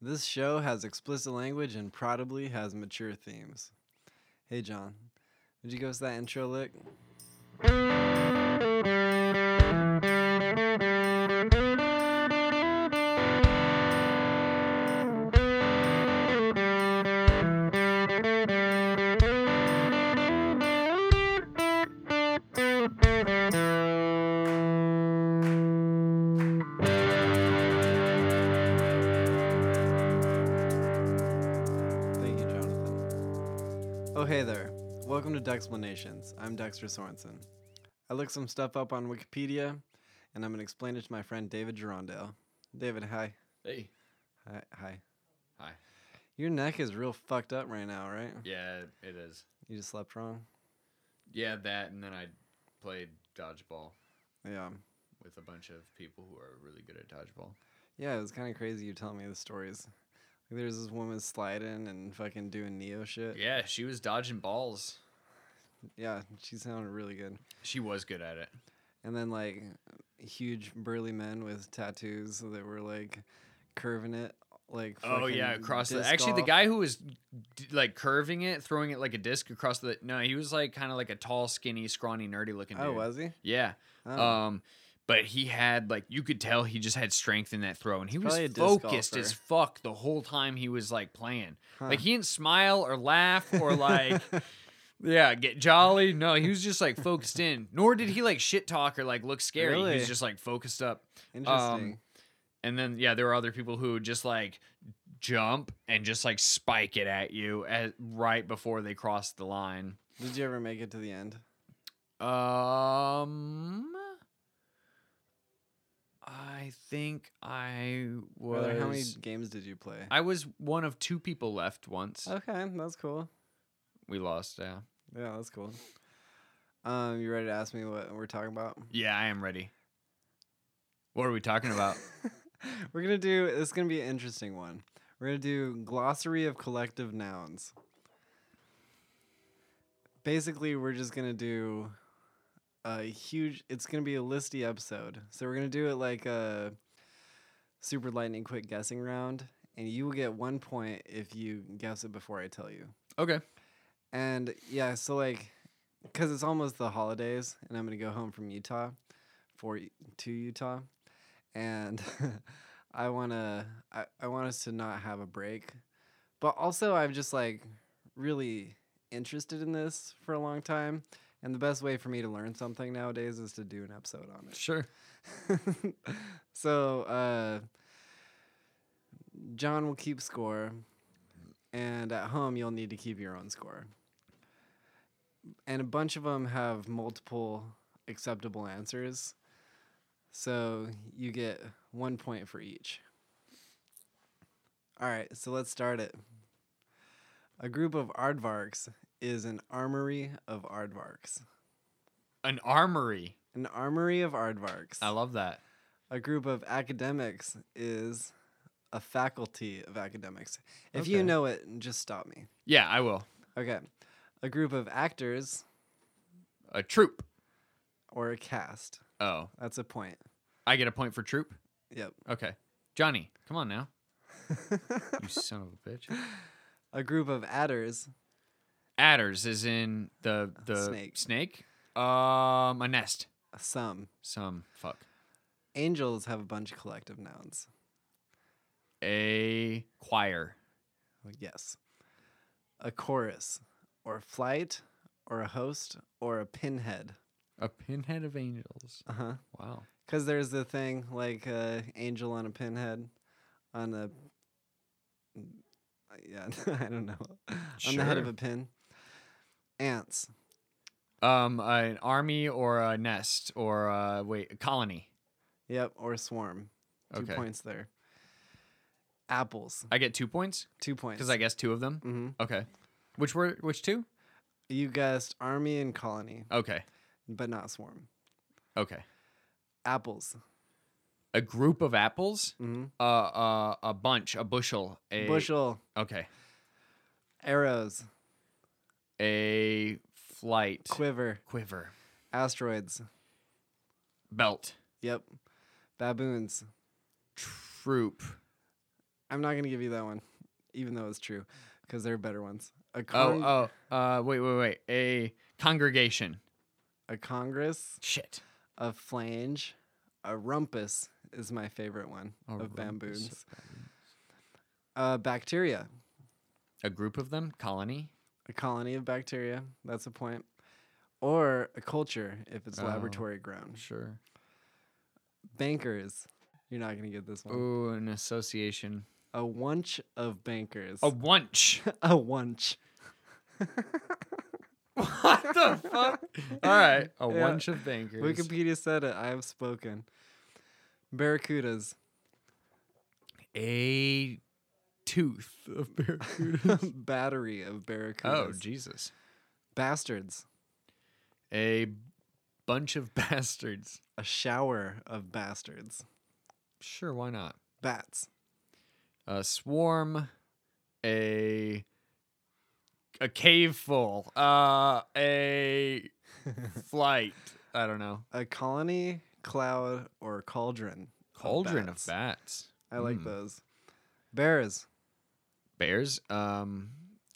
This show has explicit language and probably has mature themes. Hey, John, would you give us that intro lick? Thank you, Jonathan. Oh, hey there. Welcome to Dexplanations. I'm Dexter Sorensen. I looked some stuff up on Wikipedia, and I'm going to explain it to my friend David Gerondale. David, hi. Hey. Hi. Hi. Hi. Your neck is real fucked up right now, right? Yeah, it is. You just slept wrong? Yeah, that and then I played dodgeball Yeah. with a bunch of people who are really good at dodgeball. Yeah, it was kind of crazy you telling me the stories. Like, there's this woman sliding and fucking doing Neo shit. Yeah, she was dodging balls. Yeah, she sounded really good. She was good at it. And then, like, huge burly men with tattoos that were, like, curving it. Like, Oh yeah, fucking across the disc Actually, the golf. guy who was d- like curving it, throwing it like a disc across the No, he was like kind of like a tall, skinny, scrawny, nerdy looking dude. Oh, was he? Yeah. Oh. Um but he had like you could tell he just had strength in that throw and he was probably a disc focused as golfer. fuck the whole time he was like playing. Huh. Like he didn't smile or laugh Um, or like yeah, get jolly. No, he was just like focused in. Nor did he like shit talk or like look scary. He Really? was just like focused up. Interesting. um, And then yeah, there were other people who would just like jump and just like spike it at you at, right before they crossed the line. Did you ever make it to the end? Um I think I was Brother, how many games did you play? I was one of two people left once. okay, that's cool. We lost, yeah. Yeah, that's cool. Um, you ready to ask me what we're talking about? Yeah, I am ready. What are we talking about? we're gonna do. This is gonna be an interesting one. We're gonna do glossary of collective nouns. Basically, we're just gonna do a huge. It's gonna be a listy episode. So we're gonna do it like a super lightning quick guessing round, and you will get one point if you guess it before I tell you. okay. And yeah, so like, because it's almost the holidays, and I'm gonna go home from Utah, for U- to Utah, and I wanna I, I want us to not have a break, but also I'm just like really interested in this for a long time, and the best way for me to learn something nowadays is to do an episode on it. Sure. so uh, John will keep score, and at home you'll need to keep your own score. And a bunch of them have multiple acceptable answers, so you get one point for each. All right, so let's start it. A group of aardvarks is an armory of aardvarks. An armory. An armory of aardvarks. I love that. a group of academics is a faculty of academics. If you Okay. know it, just stop me. Yeah, I will. Okay. A group of actors A troop. or a cast. Oh, That's a point. I get a point for troop. Yep. Okay. Johnny, come on now. You son of a bitch. a group of adders. Adders is in the the Snake. snake. Um, a nest. Some Some fuck. angels have a bunch of collective nouns. A choir. Yes. A chorus or flight or a host or a pinhead. A pinhead of angels. Uh huh. Wow. Because there's the thing like uh, angel on a pinhead, on a uh, yeah, I don't know, on the head of Sure. a pin. Ants, Um, an army or a nest or a, wait, a colony. yep, or swarm. Two Okay. points there. Apples, I get two points two points. because I guess two of them. hmm Okay. Which were which two? you guessed army and colony, Okay. but not swarm. Okay. Apples, A group of apples. Mhm. Uh, uh, a bunch, a bushel, a bushel, Okay. arrows, A flight. quiver, Quiver. asteroids. Belt. Yep, baboons, Troop. I'm not gonna give you that one, even though it's true, because there are better ones. A con- Oh, oh, uh, wait, wait, wait. A congregation. a congress, Shit. a flange, a rumpus is my favorite one A of rumpus bamboons. Uh, bacteria, A group of them? Colony? a colony of bacteria. That's a point. Or a culture if it's Oh. laboratory grown. Sure. Bankers. You're not gonna get this one. Ooh, an association. A wunch of bankers. A wunch. a wunch. what the fuck? All right. A Yeah. wunch of bankers. Wikipedia said it. I have spoken. Barracudas. a tooth of barracuda. Battery of oh, barracudas. Jesus. Bastards. A bunch of bastards. A shower of bastards. Sure, why not? Bats. A swarm. A a cave full. Uh a flight. I don't know. A colony, cloud, or cauldron. Cauldron of bats. bats. I like Mm. those. Bears. Bears. Um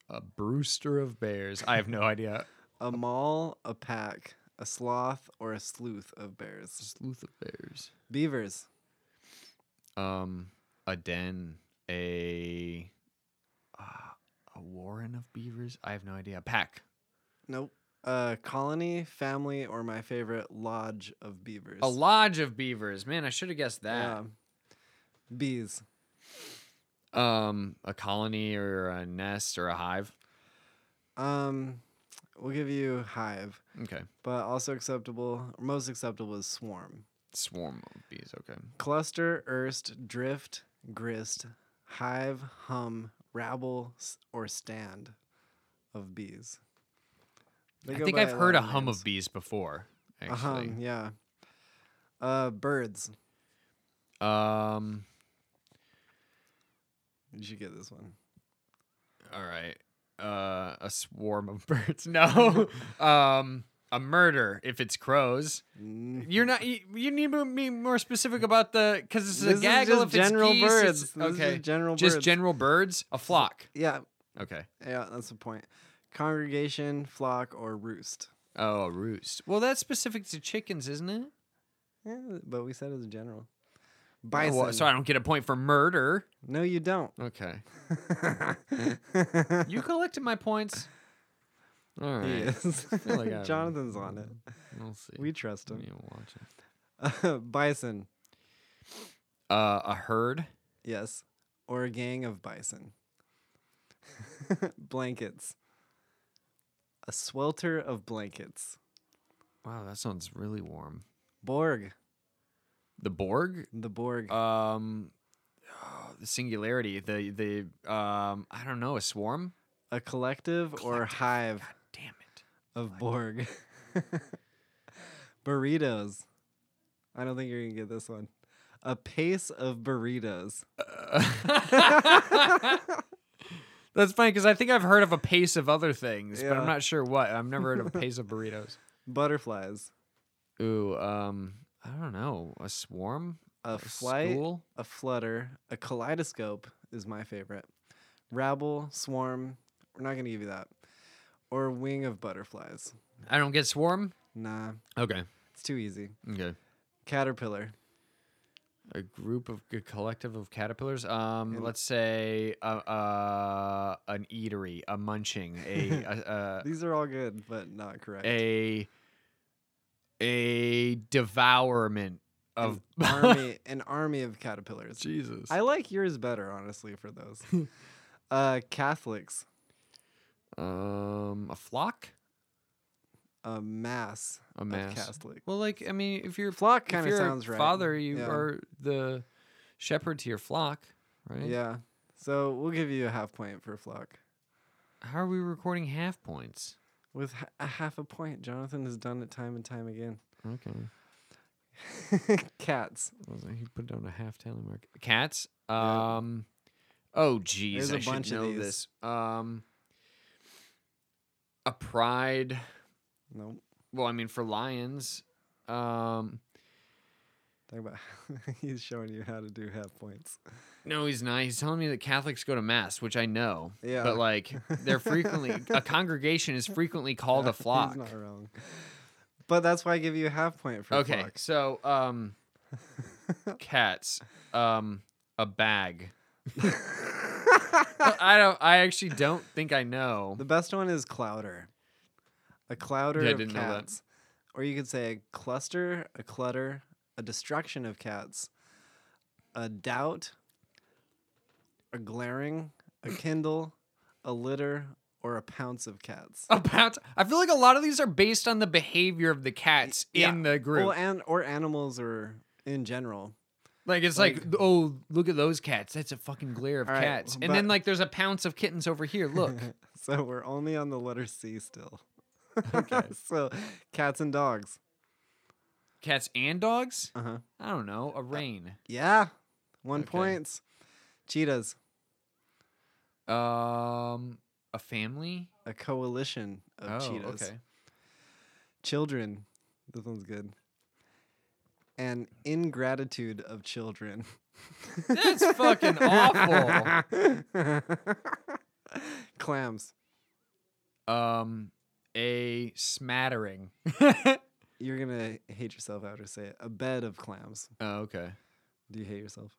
a brewster of bears. I have no idea. A mall, a pack, a sloth, or a sleuth of bears. Sleuth of bears. Beavers. Um, a den, a uh, a warren of beavers. I have no idea. A pack. Nope. A colony, family, or my favorite, lodge of beavers. A lodge of beavers. Man, I should have guessed Yeah. that. Bees. Um, a colony or a nest or a hive. Um, we'll give you hive, Okay. but also acceptable, most acceptable is swarm. Swarm of bees. Okay. Cluster, erst, drift, grist, hive, hum, rabble, s- or stand of bees. They I go think by I've heard a lot hum names. of bees before. A hum, Actually. yeah. Uh, birds. Um. Did you get this one? All right. Uh, a swarm of birds. No. um. A murder if it's crows. Mm. You're not. You, you need to be more specific about the because this is This a is gaggle just of it's general geese, birds. it's- This is okay, just general just birds. general birds. A flock. Yeah, Okay. yeah, that's the point. Congregation, flock, or roost. Oh, a roost. Well, that's specific to chickens, isn't it? Yeah, but we said it was general. Oh, Bison. well, so I don't get a point for murder. No, you don't. Okay. You collected my points. All right. He is. feel like I- Jonathan's on it. We'll see. We trust Don't him. even watch it. bison, Uh, a herd. yes, or a gang of bison. blankets. A swelter of blankets. Wow, that sounds really warm. Borg, The Borg. the Borg. Um, oh, the singularity. The the um. I don't know. A swarm. a collective, or collective. hive God damn it. of Borg. burritos. I don't think you're gonna get this one. A pace of burritos. That's funny because I think I've heard of a pace of other things, but Yeah. I'm not sure what. I've never heard of a pace of burritos. Butterflies. Ooh, um, I don't know. A swarm? A flight. school? a flutter, a kaleidoscope is my favorite. Rabble, swarm, we're not gonna give you that. Or wing of butterflies. I don't get swarm. Nah, Okay. it's too easy. Okay. Caterpillar, A group of a collective of caterpillars. Um, And- let's say uh, uh, an eatery, a munching, a a, a these are all good, but not correct. a a devourment of army, an army of caterpillars. Jesus. I like yours better, honestly, for those. uh, Catholics, Um, a flock, a mass, a of mass. Catholic. Well, like I mean, if you're Flock if kind of you're a sounds right. Father, you Yeah. are the shepherd to your flock, right? Yeah. So we'll give you a half point for flock. How are we recording half points? With h- a half a point, Jonathan has done it time and time again. Okay, Cats. I was like, he put down a half tally mark. Cats. Um, oh geez, There's a I should bunch of know these. this. Um, a pride. Nope. Well, I mean, for lions, um, Talk about he's showing you how to do half points. No, he's not. He's telling me that Catholics go to mass, which I know. Yeah. But like they're frequently a congregation is frequently called a flock. He's not wrong. But that's why I give you a half point for Okay. flocks. So um cats. Um a bag. I don't I actually don't think I know. The best one is clouder. A clouder Yeah, I of didn't know that. cats. Or you could say a cluster, a clutter, a destruction of cats, a doubt, a glaring, a kindle, a litter, or a pounce of cats. About I feel like a lot of these are based on the behavior of the cats Yeah. in the group. Well, and or animals or in general. Like it's like, Like- oh look at those cats. That's a fucking glare of All right, cats. and but- then like there's a pounce of kittens over here. Look. so we're only on the letter C still. Okay. so cats and dogs. cats and dogs? Uh huh. I don't know. A rain. Yeah. One Uh-huh. Okay. points. Cheetahs. Um a family? A coalition of Oh, cheetahs. Oh, okay. Children. This one's good. An ingratitude of children. That's fucking awful. Clams. Um a smattering. You're gonna hate yourself after I say it. A bed of clams. Oh, okay. Do you hate yourself?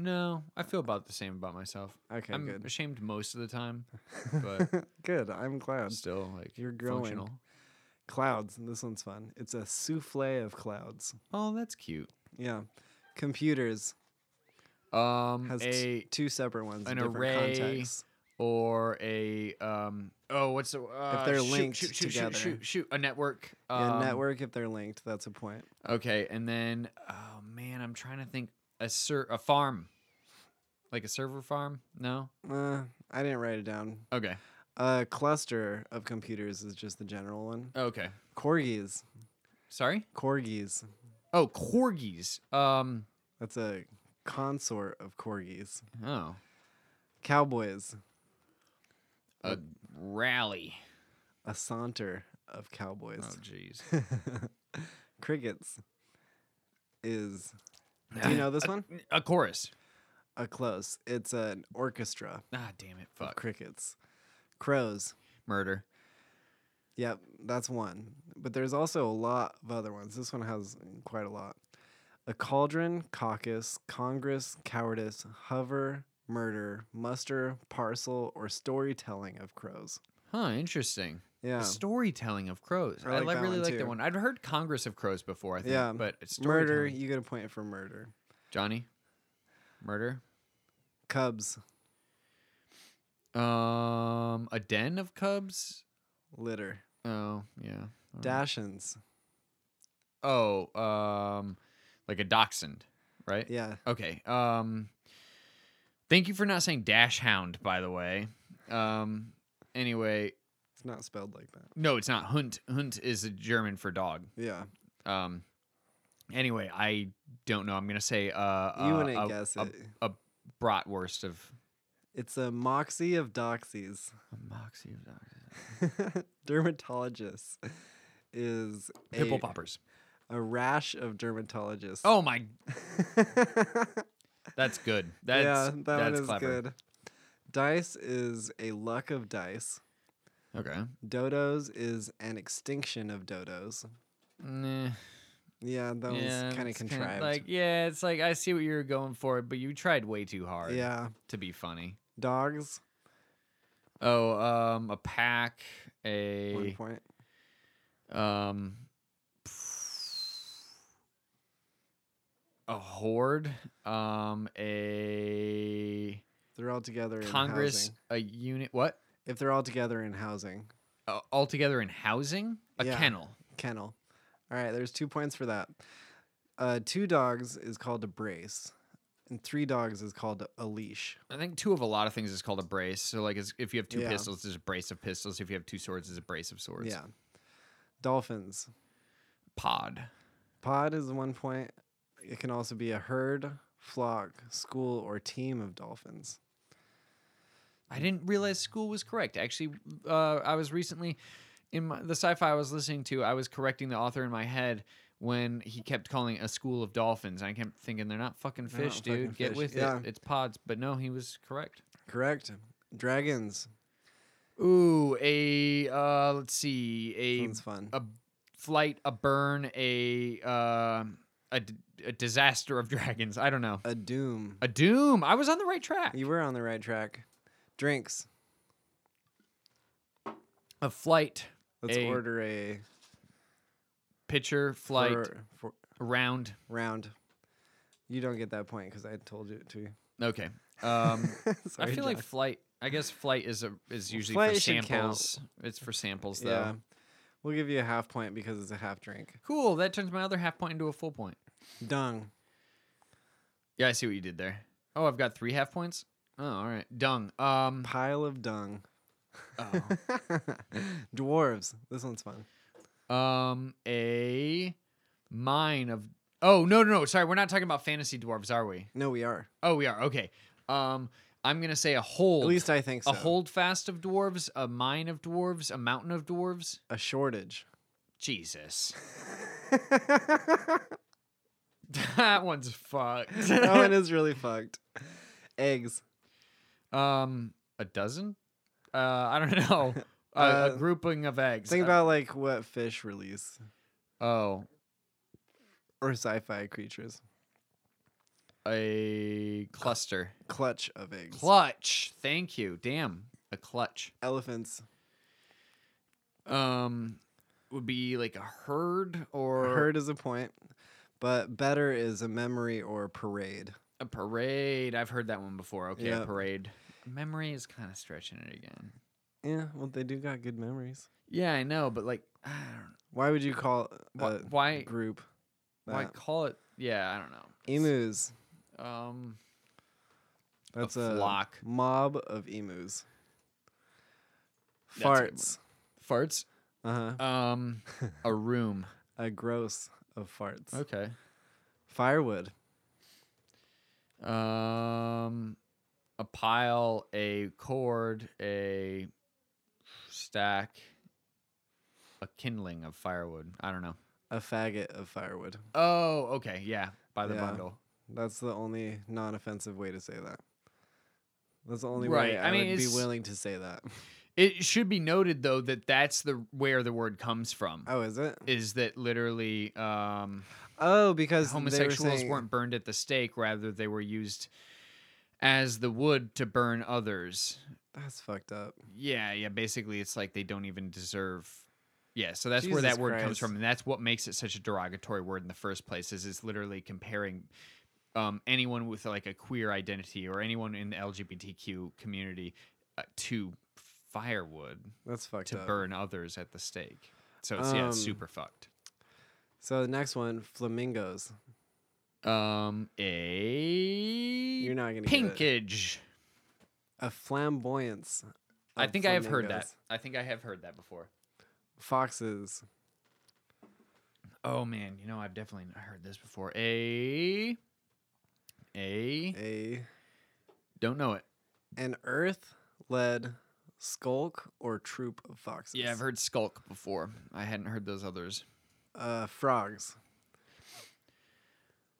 No, I feel about the same about myself. Okay, I'm good. ashamed most of the time, but good. I'm glad. still like You're growing. functional. Clouds. This one's fun. It's a souffle of clouds. Oh, that's cute. Yeah. Computers Um has a t- two separate ones. in an different array Contexts. or a um oh what's the uh, they're shoot, linked shoot, shoot, shoot, together. shoot, shoot, a network Yeah, um, network if they're linked. That's a point. okay and then oh man I'm trying to think a ser- a farm like a server farm no Uh, I didn't write it down. okay A cluster of computers is just the general one. okay Corgis. sorry Corgis. oh corgis um That's a consort of corgis. oh Cowboys. a rally A saunter of oh cowboys. jeez Crickets is. Do you know this one? a chorus A close. It's an orchestra ah damn it of fuck crickets. Crows. murder Yep, that's one. But there's also a lot of other ones. This one has quite a lot. A cauldron, caucus, congress, cowardice, hover, murder, muster, parcel, or storytelling of crows. huh interesting Yeah. The storytelling of crows. I I, like li- that really one like that too. one. I've heard Congress of Crows before, I think. Yeah. But it's Murder, storytelling. you get a point for murder. Johnny. Murder. Cubs, Um a den of cubs. litter. Oh, yeah. All right. Dachshunds. Oh, um like a dachshund, right? Yeah. Okay. Um Thank you for not saying dash hound, by the way. Um anyway, It's not spelled like that. no, it's not Hund. Hund is a German for dog. Yeah. Um anyway, I don't know. I'm gonna say uh you uh, wouldn't a- guess a it. bratwurst of It's a moxie of doxies. moxie of Dermatologist is a, pimple poppers. a rash of dermatologists. Oh my, yeah, that's good. That's that that's one is clever. good. Dice is a luck of dice. Okay. Dodos is an extinction of dodos. Nah, Yeah, that yeah, one's kind of it's kinda contrived. like yeah, it's like I see what you're going for, but you tried way too hard. yeah, To be funny. dogs. Oh, um, a pack, One a point. um, a horde, um, a They're all together. Congress, In housing. a unit. What? If they're all together in housing, Uh, altogether in housing, a Yeah. kennel. kennel. All right, there's two points for that. Uh, two dogs is called a brace, and three dogs is called a leash. I think two of a lot of things is called a brace. So like, it's, if you have two Yeah. pistols, there's a brace of pistols. If you have two swords, there's a brace of swords. Yeah. Dolphins. Pod. Pod is one point. It can also be a herd, flock, school, or team of dolphins. I didn't realize school was correct. Actually, uh, I was recently in my, the sci-fi I was listening to. I was correcting the author in my head when he kept calling it a school of dolphins. And I kept thinking they're not fucking They're not fish, fucking dude. Get fish." with Yeah. it. It's pods. But no, he was correct. Correct. Dragons. Ooh, a uh, let's see, a Sounds fun. a flight, a burn, a uh, a, d- a disaster of dragons. I don't know. A doom. A doom. I was on the right track. You were on the right track. Drinks. A flight, Let's A order a pitcher, flight, for- for round. round. You don't get that point because I told you to. Okay. Um, Sorry, I feel like Josh. flight. I guess flight is a is usually for flight should count. samples. It's for samples though. yeah, we'll give you a half point because it's a half drink. Cool. That turns my other half point into a full point. Dung. Yeah, I see what you did there. Oh, I've got three half points. Oh, all right. Dung. Um. Pile of dung. oh. Dwarves. This one's fun. Um, a mine of. Oh no no no! Sorry, we're not talking about fantasy dwarves, are we? No, we are. Oh, we are. Okay. Um, I'm gonna say a hold. At least I think so. a hold fast of dwarves, a mine of dwarves, a mountain of dwarves. A shortage. Jesus, that one's fucked. that one is really fucked. Eggs. um, a dozen. Uh, I don't know. A, Uh, a grouping of eggs. Think Uh, about like what fish release oh, or sci-fi creatures. a cluster. Clutch of eggs. Clutch. Thank you. Damn, a clutch. Elephants. um would be like a herd or Heard is a point, but better is a memory or parade. a parade. I've heard that one before. Okay, Yeah. a parade. Memory is kind of stretching it again. Yeah, well, they do got good memories. Yeah, I know, but like, I don't Why would you call Why- a why- group? know. Why that? call it? Yeah, I don't know. Emus. Um, That's a a, flock. mob of emus. That's a good Farts. farts. Uh huh. Um, a room. A gross of farts. Okay. Firewood. Um, a pile, a cord, a stack, a kindling of firewood. I don't know. A faggot of firewood. Oh, okay. Yeah, by the Yeah. bundle. That's the only non-offensive way to say that. That's the only Right, way I, I mean, would be it's- willing to say that. It should be noted though that that's the where the word comes from. Oh, is it? Is that literally um, Oh, because homosexuals they were saying, weren't burned at the stake, rather they were used as the wood to burn others. That's fucked up. Yeah, yeah. Basically, it's like they don't even deserve. Yeah, so that's where Jesus that word comes Christ. from, and that's what makes it such a derogatory word in the first place. Is it's literally comparing um, anyone with like a queer identity or anyone in the LGBTQ community uh, to firewood That's fucked to up. burn others at the stake. So it's yeah, it's Uh, Um, super fucked. So the next one, flamingos. Um, a You're not gonna get it. pinkage. A flamboyance. I of think I have heard that. flamingos. I think I have heard that before. Foxes. Oh man, you know I've definitely not heard this before. A a A don't know it. an earth led skulk or troop of foxes. Yeah, I've heard skulk before. I hadn't heard those others. Uh, frogs.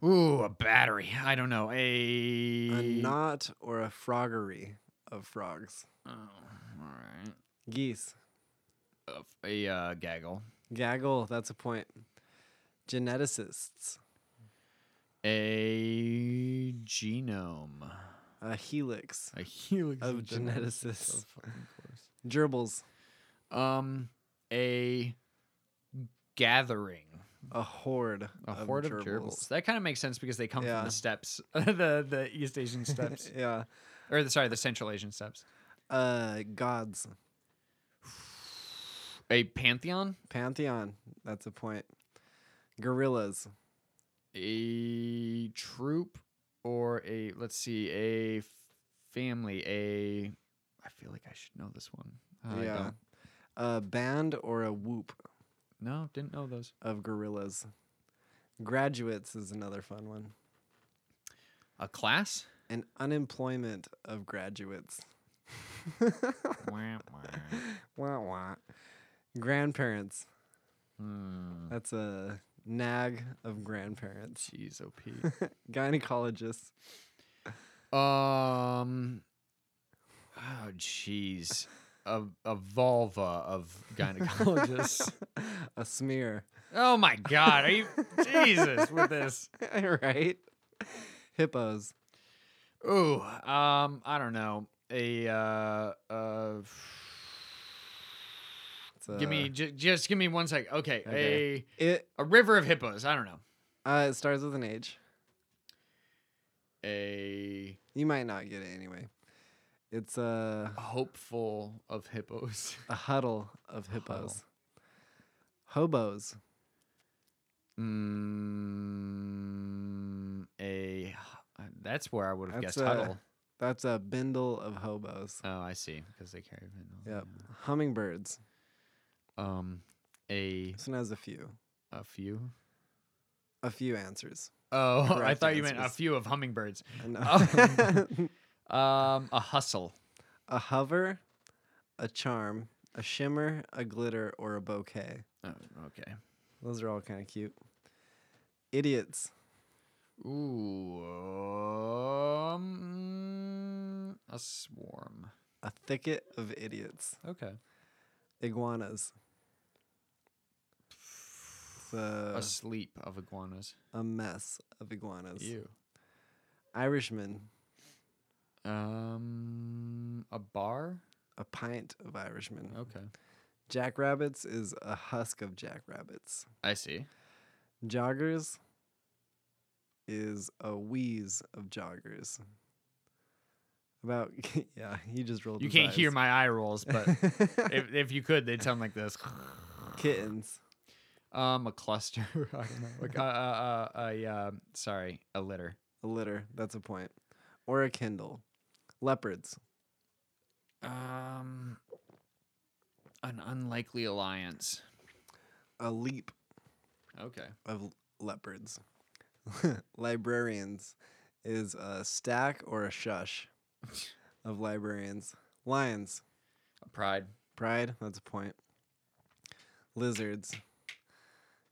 Ooh, a battery. I don't know. A A knot or a froggery of frogs. Oh, all right. Geese. A, f- a uh, gaggle. Gaggle. That's a point. Geneticists. A genome. A helix. A helix Of genetics. geneticists. So fucking close. Gerbils. Um, a gathering, A horde. a horde of gerbils. That kind of makes sense because they come Yeah. from the steppes, the the East Asian steppes, yeah. or the, sorry, the Central Asian steppes. Uh, gods. A pantheon, Pantheon. That's a point. Gorillas. a troop, or a let's see, a family, a. I feel like I should know this one. Uh, I yeah. don't. A band or a whoop No, didn't know those. of gorillas. Graduates is another fun one. A class. An unemployment of graduates. Wah, wah. wah, wah. Grandparents. Hmm. That's a nag of grandparents, Jeez, OP. gynecologists. um, oh, jeez. A, a vulva of gynecologists. a smear, oh my God. Are you, Jesus, with this. right? Hippos. Ooh, um, I don't know. A, uh, uh, It's a- give me, j- just give me one sec. Uh. Okay. Okay. it. A, a river of hippos. I don't know. Uh, it starts with an H. A You might not get it anyway. It's a hopeful of hippos. a huddle of hippos. Hobos. Mm, a that's where I would have That's guessed a- huddle. That's a bindle of hobos. Oh, I see, because they carry vinyl. Yep. Hummingbirds. Um, a This one has a few. a few. A few answers. Oh, I Correct thought you meant a answers. few of hummingbirds. I know. Oh. Um, a hustle. a hover, a charm, a shimmer, a glitter, or a bouquet. Oh, okay. Those are all kind of cute. Idiots. Ooh. Um, a swarm. A thicket of idiots. Okay. Iguanas. It's a a, sleep of iguanas. a mess of iguanas. You. Irishman. Um, a bar. A pint of Irishmen. Okay. Jackrabbits is a husk of jackrabbits. I see. Joggers is a wheeze of joggers. About yeah, he just rolled. You his can't hear eyes. my eye rolls, but if, if you could, they'd sound like this. kittens. Um, a cluster. I don't know. Like, uh, uh, uh, a, uh, sorry, a litter. A litter. That's a point. Or a Kindle. Leopards. Um, an unlikely alliance. A leap Okay. of l- leopards. Librarians is a stack or a shush of librarians. Lions. A pride. Pride, that's a point. Lizards.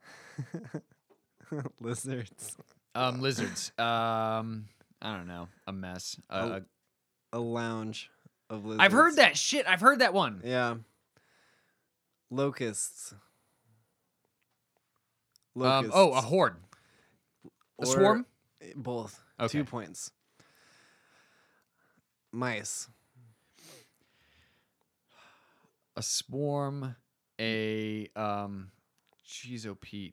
Lizards. Um, lizards. Um, I don't know. A mess. Uh, Oh, A lounge of lizards. I've heard that shit. I've heard that one. Yeah. Locusts. Um, oh, a Locusts. horde. A Or- swarm. Eh, Both. Okay. Two points. Mice. a swarm, a um, jeez, oh Pete,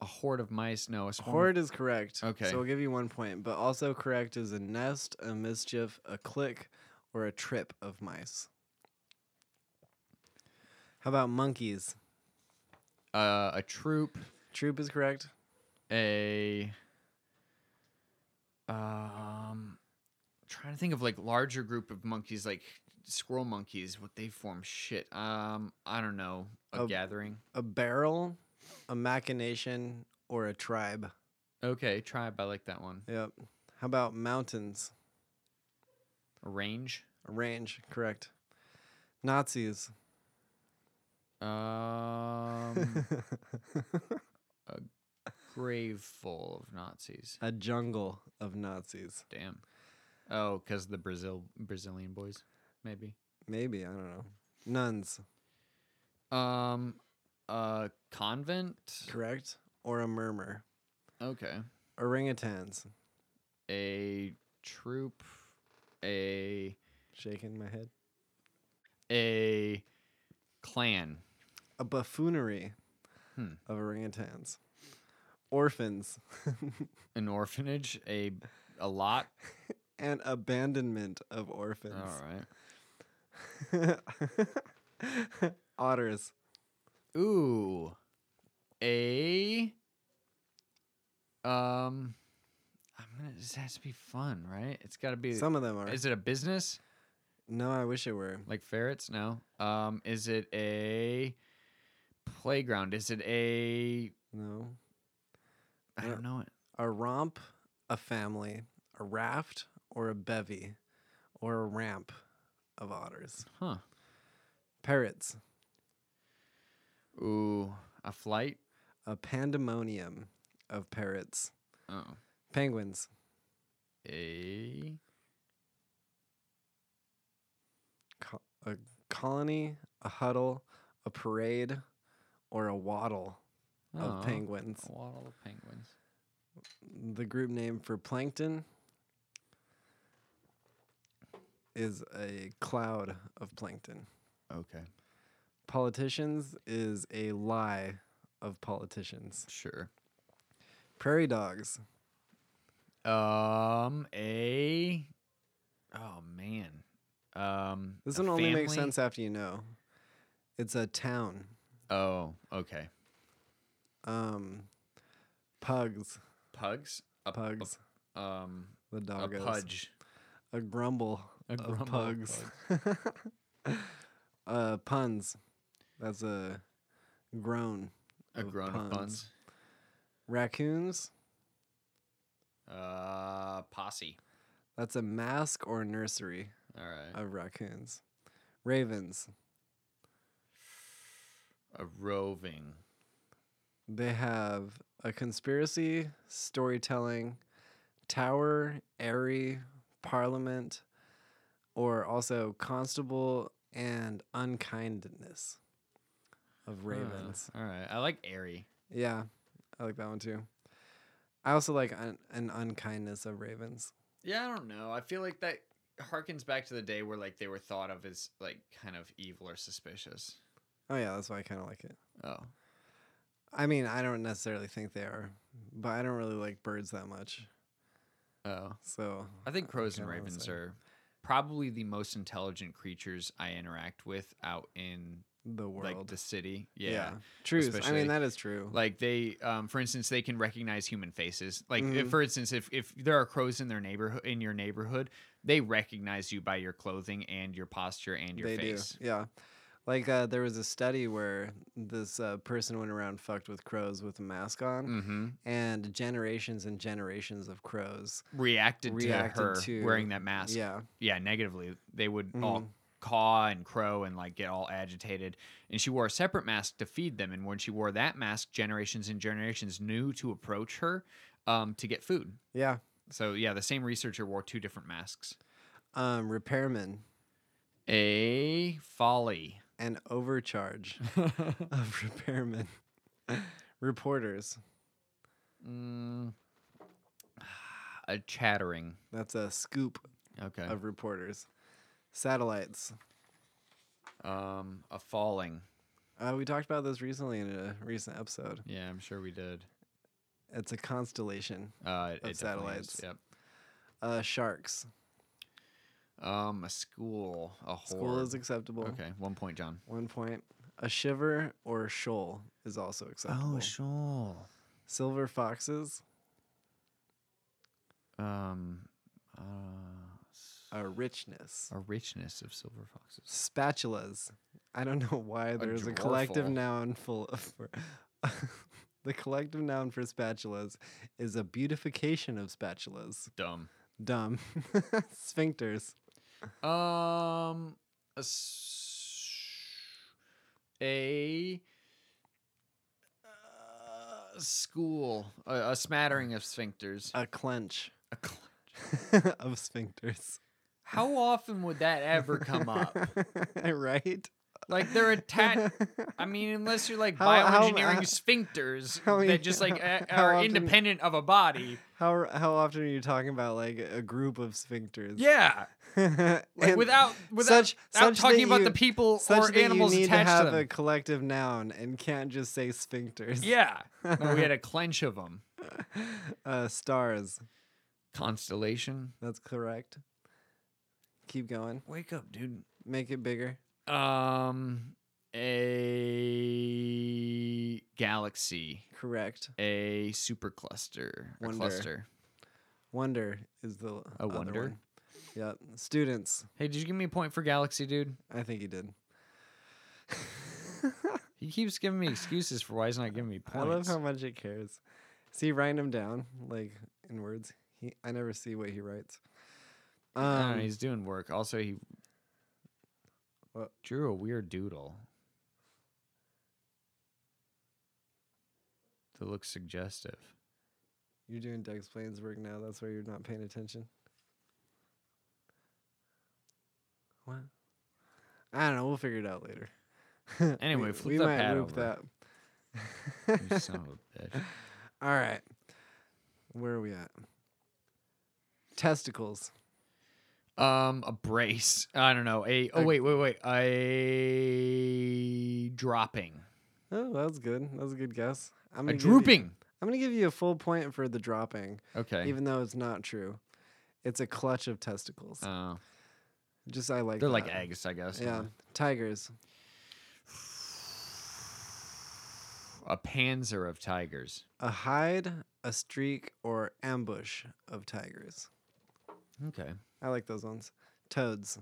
a horde of mice. No, a swarm. of- Horde is correct. Okay. So we'll give you one point, but also correct is a nest, a mischief, a click, or a trip of mice. How about monkeys? uh, a troop, Troop is correct. a um, trying to think of like larger group of monkeys, like squirrel monkeys. What they form shit. Um, I don't know. A Oh. gathering. A barrel, a machination, or a tribe. Okay, tribe. I like that one. Yep. How about mountains? A range. A range, correct. Nazis. Um, grave full of Nazis. a jungle of Nazis. Damn. Oh, because the Brazil Brazilian boys, maybe. Maybe, I don't know. Nuns, Um, uh, convent. correct? Or a murmur. Okay. Orangutans. A troop. A Shaking my head. a clan. a buffoonery Hmm. of orangutans. Orphans. An orphanage. A a lot. An abandonment of All orphans. right. Otters. Ooh. A. Um. I'm gonna. This has to be fun, right? It's got to be. Some of them are. is it a business? no, I wish it were. Like ferrets? No. Um, is it a playground? Is it a No. I Yeah. don't know it. A romp, a family, a raft, or a bevy, or a ramp of otters. Huh. Parrots. Ooh, a flight? A a pandemonium of parrots, Oh. penguins. A co- a colony, a huddle, a parade, or a waddle Oh, of penguins. A waddle of penguins. The group name for plankton is a cloud of plankton. Okay. Politicians is a lie of politicians. Sure. Prairie dogs Um a Oh man. Um This a one only makes family? sense after you know. It's a town. Oh, okay. Um, pugs, Pugs? A, pugs, A, um the doggos. a pudge. A grumble A of grumble of pugs. uh, puns. That's a groan. A of grown up buns. Raccoons. Uh posse. That's a mask or nursery All right. of raccoons. Ravens. A, roving. They have a conspiracy, storytelling, tower, airy, parliament, or also constable and unkindness of Huh, ravens. All right. I like airy. Yeah, I like that one too. I also like un- an unkindness of ravens. Yeah, I don't know. I feel like that harkens back to the day where like they were thought of as like kind of evil or suspicious. Oh yeah, that's why I kind of like it. Oh. I mean, I don't necessarily think they are, but I don't really like birds that much. Oh. So I think crows and kinda wanna ravens say. are probably the most intelligent creatures I interact with out in the world. like the city. Yeah. Truth. I especially- mean, that is true. Like they um for instance they can recognize human faces. Like if, Mhm. for instance if if there are crows in their neighborhood in your neighborhood, they recognize you by your clothing and your posture and your face. do. Yeah. Like uh, there was a study where this uh, person went around fucked with crows with a mask on, Mhm. and generations and generations of crows. Reacted, Reacted to her to- wearing that mask. Yeah, yeah, negatively. They would Mm-hmm. all caw and crow and like get all agitated. And she wore a separate mask to feed them. And when she wore that mask, generations and generations knew to approach her um, to get food. yeah. So yeah, the same researcher wore two different masks. Um, repairman A folly. and overcharge of repairmen. Reporters. Mm. A chattering. That's a scoop Okay. of reporters. Satellites. Um, a falling. Uh, we talked about this recently in a recent episode. Yeah, I'm sure we did. It's a constellation. Uh, it definitely is, satellites. Yep. Uh, sharks. Um, a school. A whore. School is acceptable. okay. One point, John. One point. A shiver or a shoal is also acceptable. Oh, sure. Silver foxes, um uh, a richness. a richness of silver foxes Spatulas. I don't know why there's a, collective dwarfle. noun full of. For the collective noun for spatulas is a beautification of spatulas. dumb Dumb. Sphincters. um a s- a uh, school a, a smattering of sphincters A clench A cl- of sphincters. how often would that ever come up right? like they're attached I mean, unless you're like How- how- bioengineering how- sphincters how many- that just like a- how are often- independent of a body. How how often are you talking about like a group of sphincters? Yeah, like like without without, such- without such talking that about the you- people such or that animals you need attached to have to a them. collective noun and can't just say sphincters. yeah, No, we had a clench of them. Uh, stars. Constellation. That's correct. Keep going. Wake up, dude. Make it bigger. Um, a galaxy, Correct. a supercluster, a Wonder. cluster. Wonder is the l- other wonder? One. Yep. Students. Hey, did you give me a point for galaxy, dude? I think he did. He keeps giving me excuses for why he's not giving me I love points. how much it cares. See, writing them down like in words. He, I never see what he writes. I don't Um, know, he's doing work. Also, he What? drew a weird doodle. that looks suggestive. You're doing Doug's Plains work now. That's why you're not paying attention. What? I don't know. We'll figure it out later. Anyway, we, flip we that might pad loop over. You that. son of a bitch. All right. Where are we at? Testicles. Um, a brace. I don't know. A oh A- wait wait wait a dropping Oh, that was good. That was a good guess. I'm a gonna give you- drooping. I'm gonna give you a full point for the dropping, Okay. even though it's not true. It's a clutch of testicles. Oh, Just I like. they're like that. eggs, I guess. Yeah, tigers. A panzer of tigers. A hide, a streak, or ambush of tigers. Okay. I like those ones. Toads.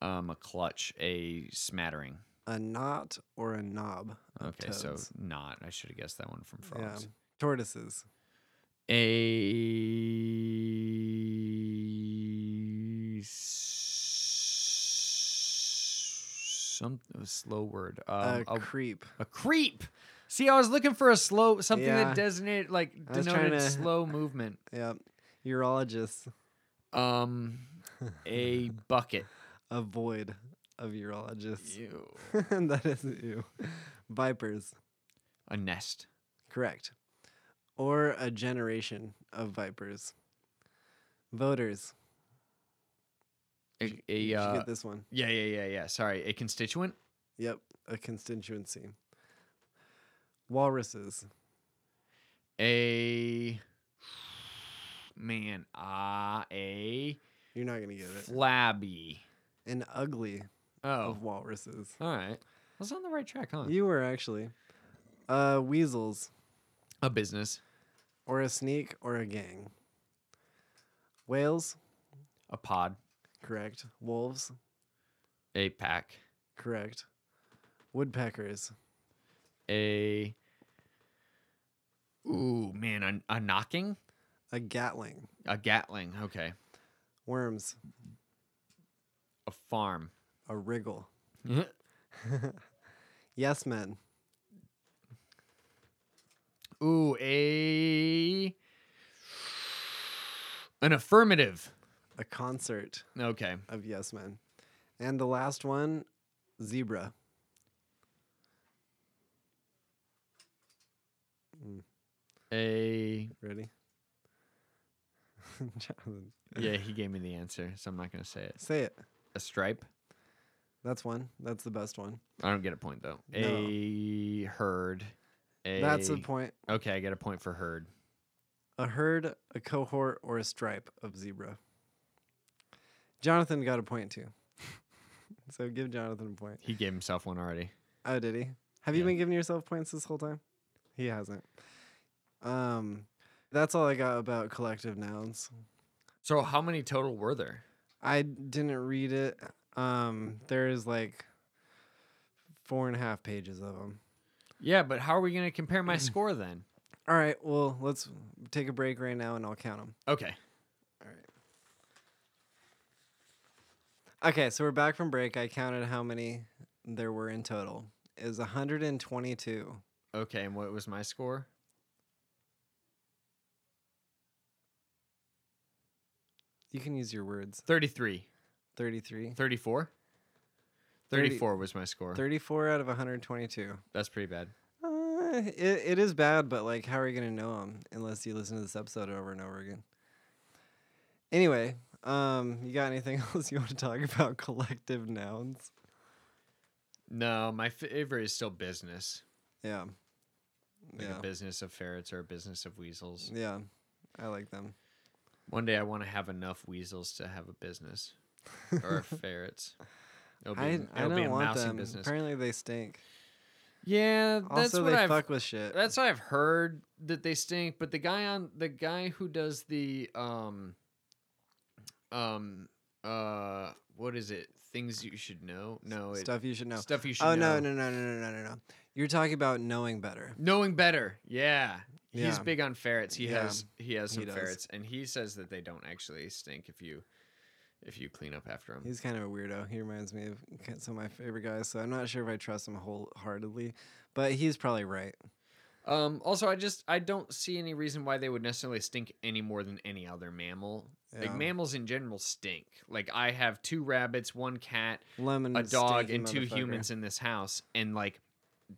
Um, a clutch, a smattering. A knot or a knob. Of Okay, toads. so not. I should have guessed that one from yeah, frogs. tortoises. A s- some a slow word. Um, a a, creep. a creep. See, I was looking for a slow something Yeah. that designated like I was trying denoted to- slow movement. Yeah, urologists. Um, a bucket. A void of urologists. Ew. that is you. Vipers. A nest. Correct. Or a generation of vipers. Voters. Did A, you- a, did you uh, get this one. yeah, yeah, yeah, yeah. Sorry, a constituent. Yep, a constituency. Walruses. A man. Ah, a You're not gonna get it. flabby. An ugly Oh, of walruses. all right. I was on the right track, huh? You were actually. Uh, weasels, A business. or a sneak, or a gang. Whales, A pod. correct. Wolves, A pack. correct. Woodpeckers, A. Ooh, man. A, a knocking. a gatling. A Gatling. Okay. Worms, A farm. a wriggle. Mm-hmm. Yes, men. Ooh, a. An affirmative. A concert Okay. of yes men. And the last one, zebra. A. Ready? Jonathan, Yeah, he gave me the answer, so I'm not going to say it. Say it. A stripe. That's one. That's the best one. I don't get a point though. No. A herd. A... That's a point. Okay, I get a point for herd. A herd, a cohort, or a stripe of zebra. Jonathan got a point too. so give Jonathan a point. He gave himself one already. Oh, did he? Have you Yeah. been giving yourself points this whole time? He hasn't. Um, that's all I got about collective nouns. So how many total were there? I didn't read it. Um, there is like four and a half pages of them. Yeah, but how are we going to compare my score then? All right. Well, let's take a break right now and I'll count them. Okay. Okay, so we're back from break. I counted how many there were in total. It was 122. Okay, and what was my score? You can use your words. 33. 33. 34? Thirty- 34 was my score. 34 out of 122. That's pretty bad. Uh, it, it is bad, but like, how are you gonna know them unless you listen to this episode over and over again? Anyway, um, you got anything else you want to talk about? Collective nouns. No, my favorite is still business. Yeah. Like yeah. a business of ferrets or a business of weasels. Yeah. I like them. One day I want to have enough weasels to have a business or ferrets. It'll be, I, it'll I be don't a want mousing them. business. Apparently they stink. Yeah, that's also what they I've fuck with shit. that's what I've heard that they stink. But the guy on the guy who does the um um uh what is it? Things you should know. No, it, stuff, Stuff you should know. you should. oh know. no no no no no no no no. You're talking about knowing better. Knowing better. Yeah. He's Yeah. big on ferrets. He Yeah. has he has He some does. ferrets, and he says that they don't actually stink if you if you clean up after them. He's kind of a weirdo. He reminds me of kind- some of my favorite guys, so I'm not sure if I trust him wholeheartedly, but he's probably right. Um, also, I just I don't see any reason why they would necessarily stink any more than any other mammal. Yeah. Like mammals in general stink. Like I have two rabbits, one cat, Lemon, a Mm, dog, stinky and two motherfucker. humans in this house, and like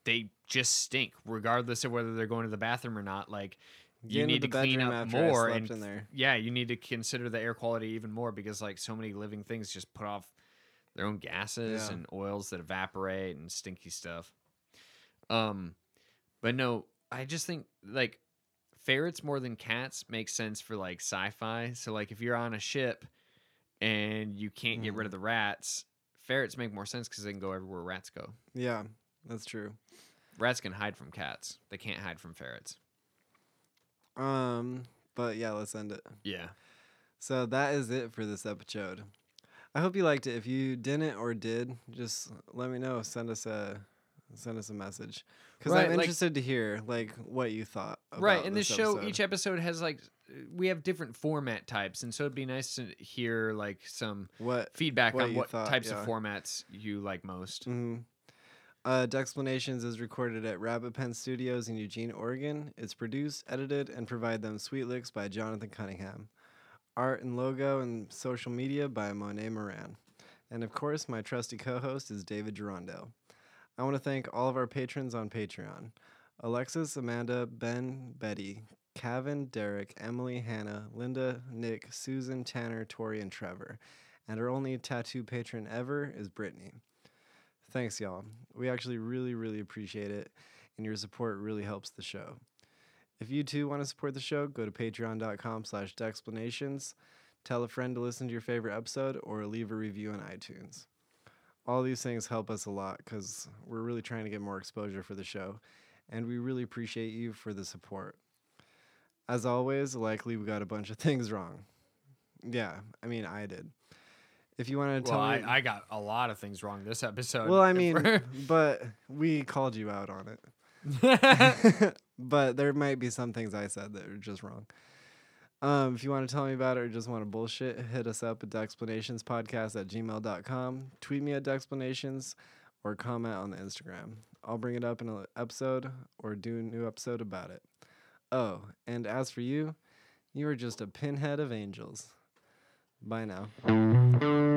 they just stink, regardless of whether they're going to the bathroom or not. Like Get you into need to the clean bedroom up after I more, slept and in there. yeah, you need to consider the air quality even more because like so many living things just put off their own gases Yeah. and oils that evaporate and stinky stuff. Um, but no, I just think like ferrets more than cats makes sense for like sci-fi. So like if you're on a ship and you can't get rid of the rats, ferrets make more sense because they can go everywhere rats go. Yeah, that's true. Rats can hide from cats. They can't hide from ferrets. Um, but yeah, let's end it. Yeah. So that is it for this episode. I hope you liked it. If you didn't or did, just let me know. Send us a send us a message because Right, I'm like- interested to hear like what you thought. About right and this, show episode. each episode has like we have different format types and so it'd be nice to hear like some what feedback What on you what thought, types yeah. of formats you like most Mm-hmm. Uh, Dexplanations is recorded at Rabbit Pen Studios in Eugene, Oregon. It's produced, edited, and provide them sweet licks by Jonathan Cunningham. Art and logo and social media by Monet Moran. And of course, my trusty co host is David Girondo. I want to thank all of our patrons on Patreon Alexis, Amanda, Ben, Betty, Kevin, Derek, Emily, Hannah, Linda, Nick, Susan, Tanner, Tori, and Trevor. And our only tattoo patron ever is Brittany. Thanks, y'all. We actually really, really appreciate it, and your support really helps the show. If you too want to support the show, go to patreon.com slash dexplanations, tell a friend to listen to your favorite episode, or leave a review on iTunes. All these things help us a lot because we're really trying to get more exposure for the show, and we really appreciate you for the support. As always, likely we got a bunch of things wrong. Yeah, I mean, I did. If you want to well tell I, me, I got a lot of things wrong this episode well, I mean, but we called you out on it. but there might be some things I said that are just wrong. Um, if you want to tell me about it or just want to bullshit, hit us up at dexplanationspodcast at gmail.com. Tweet me at dexplanations or comment on the Instagram. I'll bring it up in an episode or do a new episode about it. Oh, and as for you, you are just a pinhead of angels. Bye now.